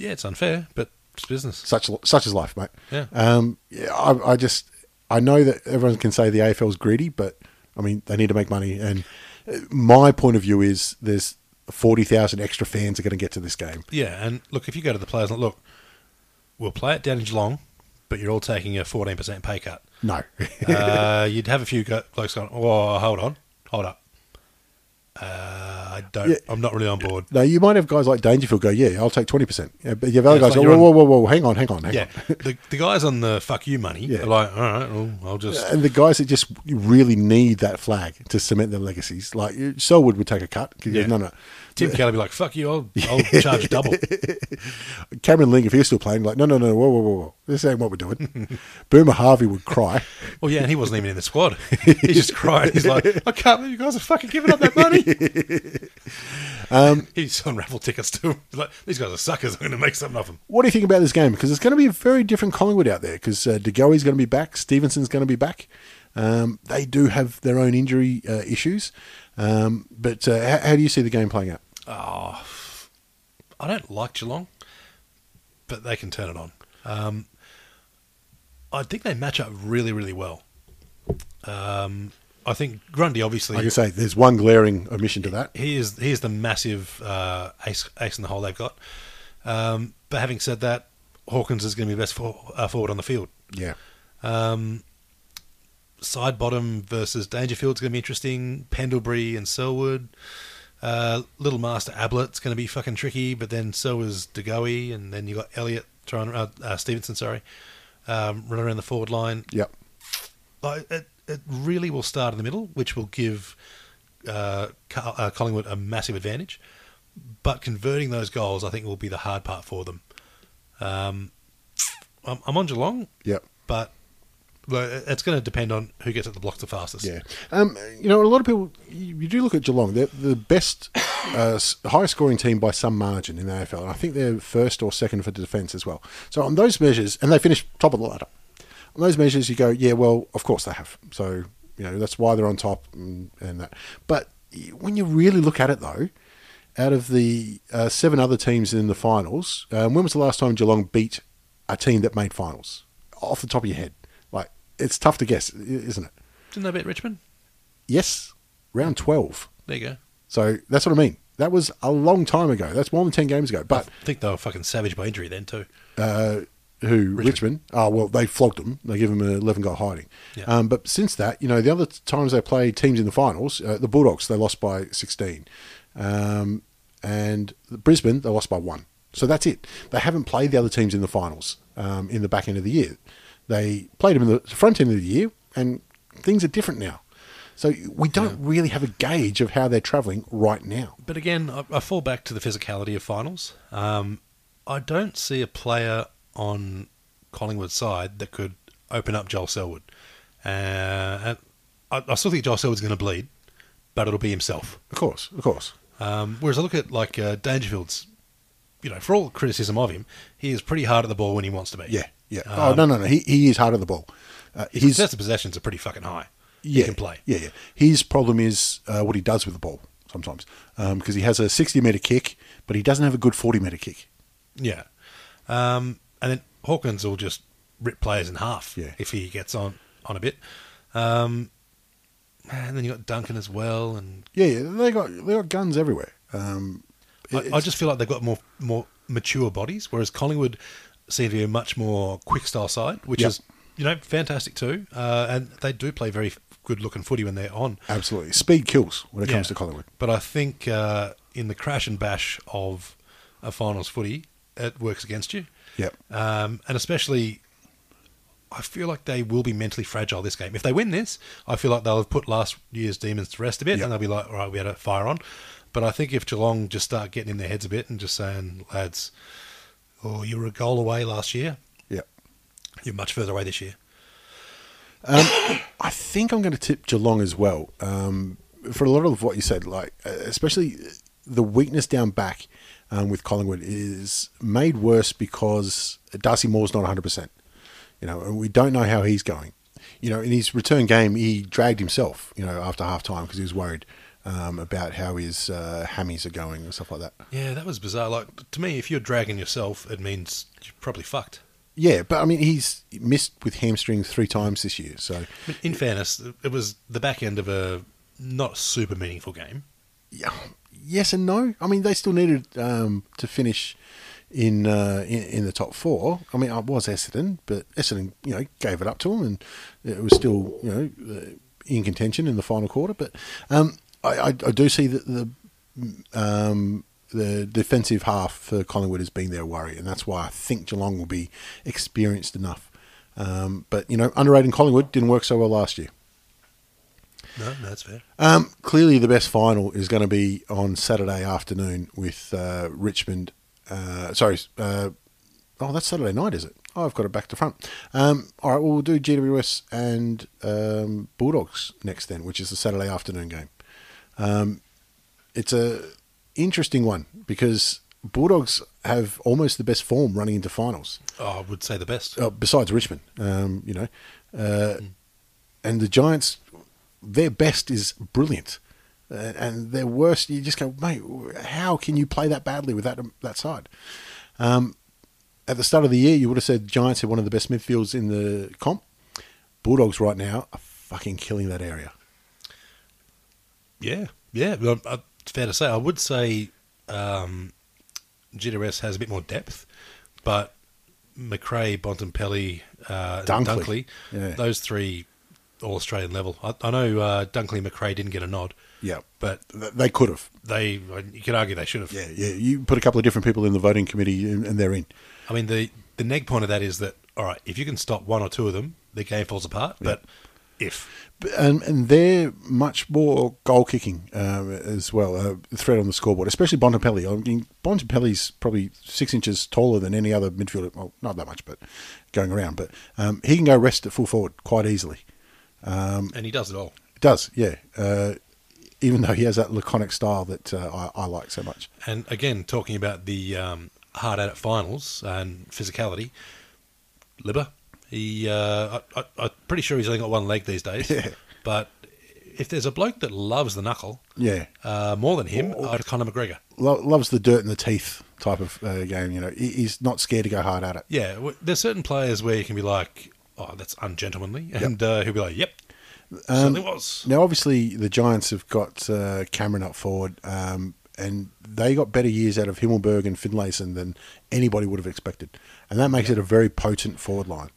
yeah, it's unfair, but it's business.
Such such is life, mate.
Yeah.
Um, yeah I, I just I know that everyone can say the AFL's greedy, but I mean they need to make money. And uh, my point of view is there's forty thousand extra fans are going to get to this game.
Yeah, and look, if you go to the players, like, look, we'll play it down in Geelong, but you're all taking a 14% pay cut.
No,
Uh, you'd have a few go- blokes going, oh, hold on, hold up. Uh, I don't.
Yeah.
I'm not really on board.
Now you might have guys like Dangerfield go, yeah, I'll take twenty percent. Yeah, but your other
it's
guys
like
go,
you're
whoa, whoa, whoa, whoa, hang on, hang on, hang
Yeah, the, the guys on the fuck you money
Yeah. Uh,
are like, all right, well, I'll just
on. And the guys that just really need that flag to cement their legacies, like you- Selwood would take a cut. 'cause he goes,
Yeah.
No, no.
Tim Kelly be like, fuck you, I'll, I'll charge double.
Cameron Ling, if he was still playing, like, no, no, no, whoa, whoa, whoa, whoa. This ain't what we're doing. Boomer Harvey would cry.
Well, yeah, and he wasn't even in the squad. He just cried. He's like, I can't believe you guys are fucking giving up that money. He's on raffle tickets too. He's like, these guys are suckers. I'm going to make something of them.
What do you think about this game? Because it's going to be a very different Collingwood out there. Because uh, De Goey's going to be back, Stevenson's going to be back. Um, they do have their own injury uh, issues, um, but uh, how, how do you see the game playing out?
I don't like Geelong, but they can turn it on. Um, I think they match up really, really well. Um, I think Grundy obviously
Like I say, there's one glaring omission to that.
he is he is the massive uh, ace ace in the hole they've got. Um, but having said that, Hawkins is going to be best for, uh, forward on the field.
Yeah,
Um, side bottom versus Dangerfield's going to be interesting. Pendlebury and Selwood. Uh, Little Master Ablett's going to be fucking tricky, but then so is DeGoey, and then you got Elliot trying uh, uh, Stevenson, sorry, um, running around the forward line.
yep.
Like, it, it really will start in the middle, which will give uh, Car- uh, Collingwood a massive advantage. But converting those goals, I think, will be the hard part for them. Um, I'm, I'm on Geelong
Yep.
but well, it's going to depend on who gets at the blocks the fastest.
Yeah. Um, you know, a lot of people, you, you do look at Geelong, they're the best, uh, s- highest scoring team by some margin in the AFL. And I think they're first or second for the defence as well. So on those measures, and they finished top of the ladder. On those measures, you go, yeah, well, of course they have. So, you know, that's why they're on top and, and that. But y- when you really look at it, though, out of the uh, seven other teams in the finals, um, when was the last time Geelong beat a team that made finals? Off the top of your head. Like, it's tough to guess, i- isn't it?
Didn't they beat Richmond?
Yes, round 12.
There you go.
So that's what I mean. That was a long time ago. That's more than 10 games ago. But
I think they were fucking savage by injury then too.
uh, who? Richmond. Oh, well, they flogged them. They give them an 11 goal hiding.
Yeah.
Um, but since that, you know, the other times they played teams in the finals, uh, the Bulldogs, they lost by 16. Um, and the Brisbane, they lost by one. So that's it. They haven't played the other teams in the finals um, in the back end of the year. They played them in the front end of the year, and things are different now. So we don't really have a gauge of how they're travelling right now.
But again, I, I fall back to the physicality of finals. Um, I don't see a player on Collingwood's side that could open up Joel Selwood. Uh, and I, I still think Joel Selwood's going to bleed, but it'll be himself.
Of course, of course.
Um, whereas I look at like uh, Dangerfield's, you know, for all criticism of him, he is pretty hard at the ball when he wants to be.
Yeah, yeah. oh
Um,
no, no, no. He he is hard at the ball. Uh,
His
his
contested possessions are pretty fucking high.
yeah,
He can play.
Yeah, yeah. His problem is uh, what he does with the ball sometimes because he has a sixty meter kick, but he doesn't have a good forty meter kick.
Yeah. Um, and then Hawkins will just rip players in half
Yeah.
if he gets on, on a bit. Um, and then you got Duncan as well. And
Yeah, yeah. They got they got guns everywhere. Um, it-
I, I just feel like they've got more more mature bodies, whereas Collingwood seem to be a much more quick style side, which
Yeah.
is you know fantastic too. Uh, and they do play very good looking footy when they're on.
absolutely speed kills when it comes
Yeah.
to Collingwood.
But I think uh, in the crash and bash of a finals footy, it works against you.
Yep.
Um, and especially, I feel like they will be mentally fragile this game. If they win this, I feel like they'll have put last year's demons to rest a bit,
Yeah.
and they'll be like, "All right, we had a fire on." But I think if Geelong just start getting in their heads a bit and just saying, "Lads, oh, you were a goal away last year.
Yep.
You're much further away this year."
I think I'm going to tip Geelong as well. Um, for a lot of what you said, like uh, especially the weakness down back um, with Collingwood is made worse because Darcy Moore's not 100. percent You know, and we don't know how he's going. You know, in his return game, he dragged himself. You know, after half time because he was worried um, about how his uh, hammies are going and stuff like that.
Yeah, that was bizarre. Like to me, if you're dragging yourself, it means you're probably fucked.
Yeah, but I mean, he's missed with hamstring three times this year. So
But in fairness, it was the back end of a not super meaningful game.
Yeah, yes and no. I mean, they still needed um, to finish in, uh, in in the top four. I mean, I was Essendon, but Essendon, you know, gave it up to them, and it was still, you know, uh, in contention in the final quarter. But um, I, I, I do see that the um, the defensive half for Collingwood has been their worry, and that's why I think Geelong will be experienced enough. Um, but you know, underrating Collingwood didn't work so well last year.
No, no, that's fair.
Um, clearly, the best final is going to be on Saturday afternoon with uh, Richmond. Uh, sorry, uh, oh, that's Saturday night, is it? Oh, I've got it back to front. Um, all right, well, we'll do GWS and um, Bulldogs next, then, which is the Saturday afternoon game. Um, it's a interesting one because Bulldogs have almost the best form running into finals
Oh, I would say the best.
uh, besides Richmond, um, you know, uh, and the Giants, their best is brilliant, uh, and their worst, you just go, mate, how can you play that badly with that that side? Um, at the start of the year, you would have said Giants had one of the best midfields in the comp. Bulldogs right now are fucking killing that area.
Yeah, yeah. Well, uh, it's fair to say. I would say um, GWS has a bit more depth, but McRae, Bontempelli, uh, Dunkley,
Dunkley. Yeah.
those three all Australian level. I, I know uh, Dunkley and McRae didn't get a nod,
Yeah,
but
Th- they could have.
they uh, you could argue they should have.
Yeah, yeah. You put a couple of different people in the voting committee, and, and they're in.
I mean, the the neg point of that is that all right, if you can stop one or two of them, the game falls apart. But if
and, and they're much more goal kicking um, as well, a threat on the scoreboard, especially Bontempelli. I mean, Bontempelli's probably six inches taller than any other midfielder. Well, not that much, but going around. But um, he can go rest at full forward quite easily.
and he does it all,
It does, yeah. Uh, even though he has that laconic style that uh, I, I like so much.
And again, talking about the um, hard at it finals and physicality, Libba, he, uh, I, I, I'm pretty sure he's only got one leg these days.
Yeah.
But if there's a bloke that loves the knuckle
Yeah.
uh, more than him, I'd Conor McGregor.
Lo- loves the dirt and the teeth type of uh, game, you know. He, he's not scared to go hard at it.
Yeah, w- there's certain players where you can be like, oh, that's ungentlemanly. And uh, he'll be like, yep,
Um,
certainly was.
Now, obviously, the Giants have got uh, Cameron up forward, um, and they got better years out of Himmelberg and Finlayson than anybody would have expected, and that makes it a very potent forward line.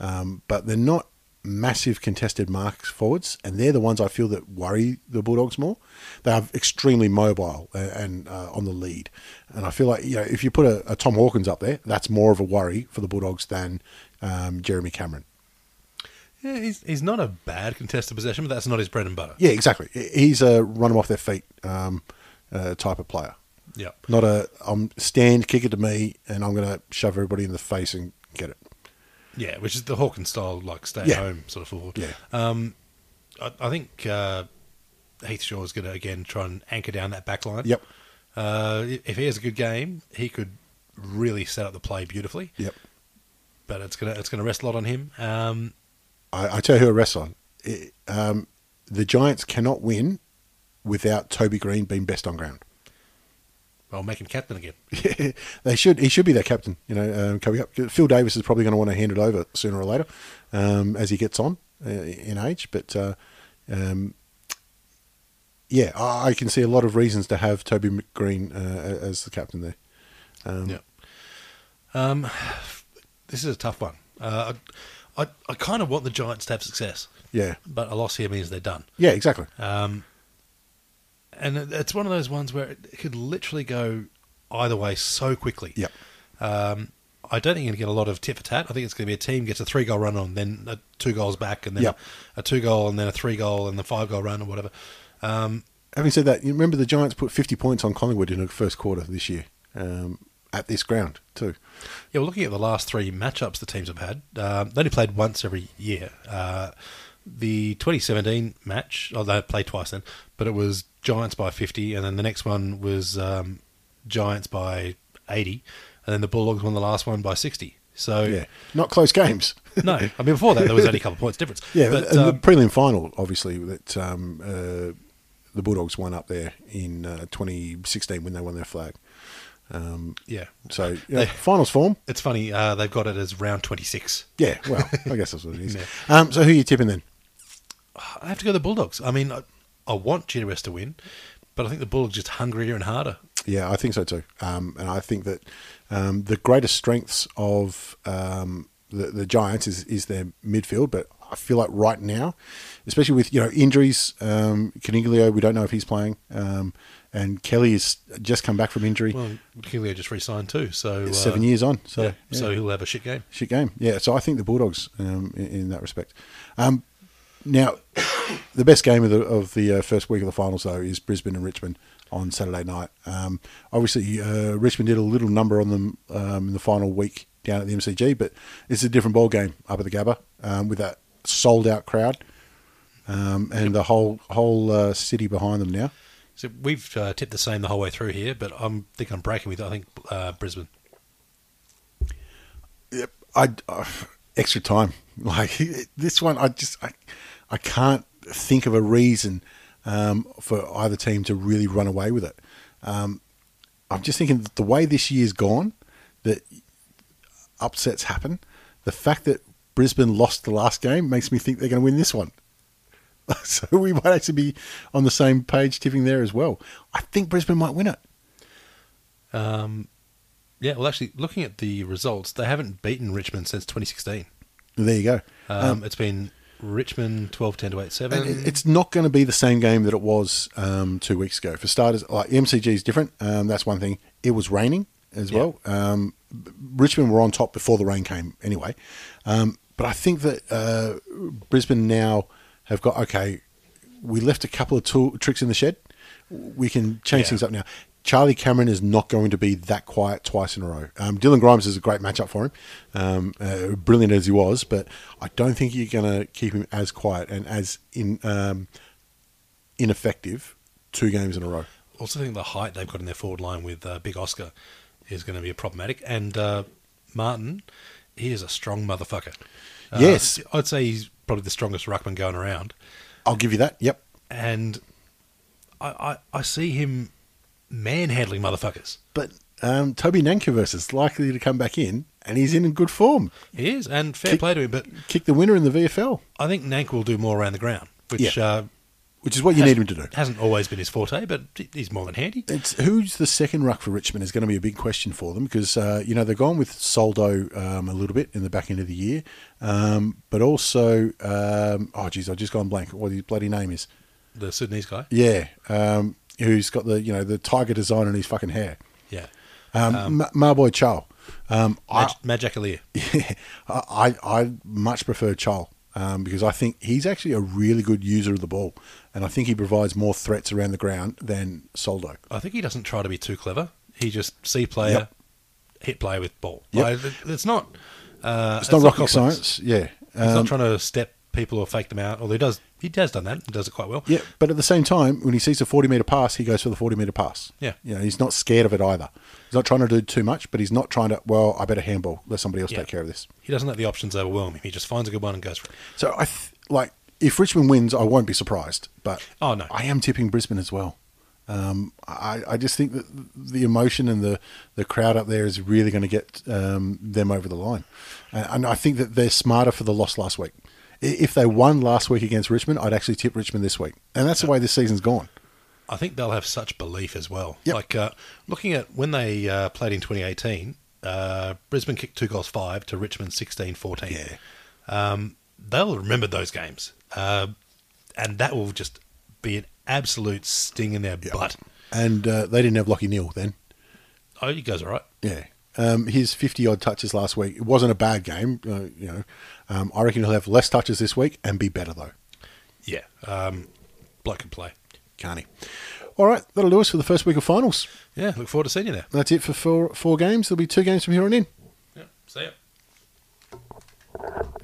Um, but they're not massive contested marks forwards, and they're the ones I feel that worry the Bulldogs more. They are extremely mobile and, and uh, on the lead, and I feel like you know if you put a, a Tom Hawkins up there, that's more of a worry for the Bulldogs than um, Jeremy Cameron.
Yeah, he's, he's not a bad contested possession, but that's not his bread and butter.
Yeah, exactly. He's a run them off their feet um, uh, type of player.
Yeah.
Not a um, stand, kick it to me, and I'm going to shove everybody in the face and get it.
Yeah, which is the Hawkins style, like stay
Yeah.
at home sort of forward.
Yeah.
Um, I, I think uh, Heath Shaw is going to again try and anchor down that back line.
Yep.
Uh, i- if he has a good game, he could really set up the play beautifully.
Yep.
But it's gonna it's gonna rest a lot on him. Um,
I, I tell you who it rests on. It, um, the Giants cannot win without Toby Green being best on ground.
I'll make him captain again.
they should. He should be their captain. You know, um, coming up, Phil Davis is probably going to want to hand it over sooner or later um, as he gets on uh, in age. But uh, um, yeah, I I can see a lot of reasons to have Toby Mc- Green uh, as the captain there. Um,
Yeah. Um, this is a tough one. Uh, I I, I kind of want the Giants to have success,
yeah,
but a loss here means they're done.
yeah, exactly.
Um, and it- it's one of those ones where it could literally go either way so quickly.
Yep.
Um, I don't think you're going to get a lot of tit for tat. I think it's going to be a team gets a three goal run on, then a two goals back, and then
Yep.
a, two goal, and then a three goal, and the five goal run, or whatever. Um,
Having said that, you remember the Giants put fifty points on Collingwood in the first quarter this year um, at this ground too.
yeah, we're looking at the last three matchups the teams have had. Um, they only played once every year. Uh, the 2017 match, oh, they played twice then, but it was Giants by 50, and then the next one was um, Giants by 80, and then the Bulldogs won the last one by 60. So,
Yeah, not close games.
no, I mean, before that, there was only a couple of points difference.
Yeah,
but,
and
um,
the prelim final, obviously, that um, uh, the Bulldogs won up there in uh, 2016 when they won their flag.
yeah.
So, you know,
They-
finals form.
It's funny, uh, they've got it as round 26.
Yeah, well, I guess that's what it is.
Yeah.
Um, so, who are you tipping then?
I have to go the Bulldogs. I mean, I, I want GWS to win, but I think the Bulldogs just hungrier and harder.
Yeah, I think so too. Um, and I think that um, the greatest strengths of um, the, the Giants is, is their midfield, but I feel like right now, especially with you know injuries, um, Caniglio, we don't know if he's playing, um, and Kelly has just come back from injury,
Well, Kilio just re-signed too, so uh,
It's seven years on. So
yeah,
yeah.
so he'll have a shit game.
Shit game. Yeah, so I think the Bulldogs um, in, in that respect. Um, now, the best game of the of the uh, first week of the finals though is Brisbane and Richmond on Saturday night. Um, obviously, uh, Richmond did a little number on them um, in the final week down at the MCG, but it's a different ball game up at the Gabba um, with that sold out crowd um, and the whole whole uh, city behind them now.
So we've uh, tipped the same the whole way through here, but I'm think I'm breaking with I think uh, Brisbane.
Yep. I uh, extra time like this one. I just I, I can't think of a reason um, for either team to really run away with it. Um, I'm just thinking that the way this year's gone, that upsets happen. The fact that Brisbane lost the last game makes me think they're going to win this one. So we might actually be on the same page tipping there as well. I think Brisbane might win it.
Um, yeah, well, actually, looking at the results, they haven't beaten Richmond since 2016.
There you go.
Um, it's been Richmond 12 10 to 8 7.
And uh, it- it's not going to be the same game that it was um, two weeks ago. For starters, like MCG is different. Um, that's one thing. It was raining as
Yeah.
well. Um, B- Richmond were on top before the rain came, anyway. Um, but I think that uh, Brisbane now have got okay. We left a couple of tool, tricks in the shed. We can change
Yeah.
things up now. Charlie Cameron is not going to be that quiet twice in a row. Um, Dylan Grimes is a great matchup for him, um, uh, brilliant as he was, but I don't think you're going to keep him as quiet and as in um, ineffective two games in a row.
also think the height they've got in their forward line with uh, Big Oscar is going to be problematic. And uh, Martin, he is a strong motherfucker. Uh,
Yes.
I'd say he's probably the strongest ruckman going around.
I'll give you that. Yep.
And I, I, I see him manhandling motherfuckers.
But um, Toby Nankervis is likely to come back in, and he's in good form.
He is, and fair
Kick-
play to him. But
Kick the winner in the VFL,
I think Nank will do more around the ground, which
Yeah.
uh,
which is what you
has-
need him to do.
Hasn't always been his forte, but he's more than handy.
It's who's the second ruck for Richmond is going to be a big question for them because uh, you know they've gone with Soldo um, a little bit in the back end of the year, um, but also um, oh geez, I've just gone blank. What his bloody name is?
The Sudanese guy.
Yeah, um, who's got the you know the tiger design on his fucking hair?
Yeah.
Um, Ma- Marboy Chow. Um, I,
Mag- Magic Alir.
I I I much prefer Chol um, because I think he's actually a really good user of the ball, and I think he provides more threats around the ground than Soldo.
I think he doesn't try to be too clever. He just see player,
Yep.
hit player with ball.
Yep.
Like, it- it's not. Uh,
It's not rocket
complex.
science, Um, yeah.
He's not trying to step people or fake them out. Although he does, he has done that. He does it quite well.
Yeah, but at the same time, when he sees a forty meter pass, he goes for the forty meter pass.
Yeah.
you know, he's not scared of it either. He's not trying to do too much, but he's not trying to. Well, I better handball. Let somebody else
Yeah.
take care of this.
He doesn't let the options overwhelm him. He just finds a good one and goes for it.
So I th- like if Richmond wins, I won't be surprised. But
Oh, no.
I am tipping Brisbane as well. Um, I, I just think that the emotion and the, the crowd up there is really going to get um, them over the line, and, and I think that they're smarter for the loss last week. I- If they won last week against Richmond, I'd actually tip Richmond this week, and that's the way this season's gone.
I think they'll have such belief as well.
Yep.
Like uh, looking at when they uh, played in 2018, uh, Brisbane kicked two goals five to Richmond 16 14.
Yeah.
Um, they'll remember those games. Uh, and that will just be an absolute sting in their butt.
And uh, they didn't have Lockie Neal then.
Oh, you guys all right?
Yeah. Um, his 50 odd touches last week. It wasn't a bad game, uh, you know. Um, I reckon he'll have less touches this week and be better, though.
Yeah. Um, bloke can play.
Can't he? All right, that'll do us for the first week of finals.
Yeah, look forward to seeing you there.
That's it for four, four games. There'll be two games from here on in.
Yeah, see ya.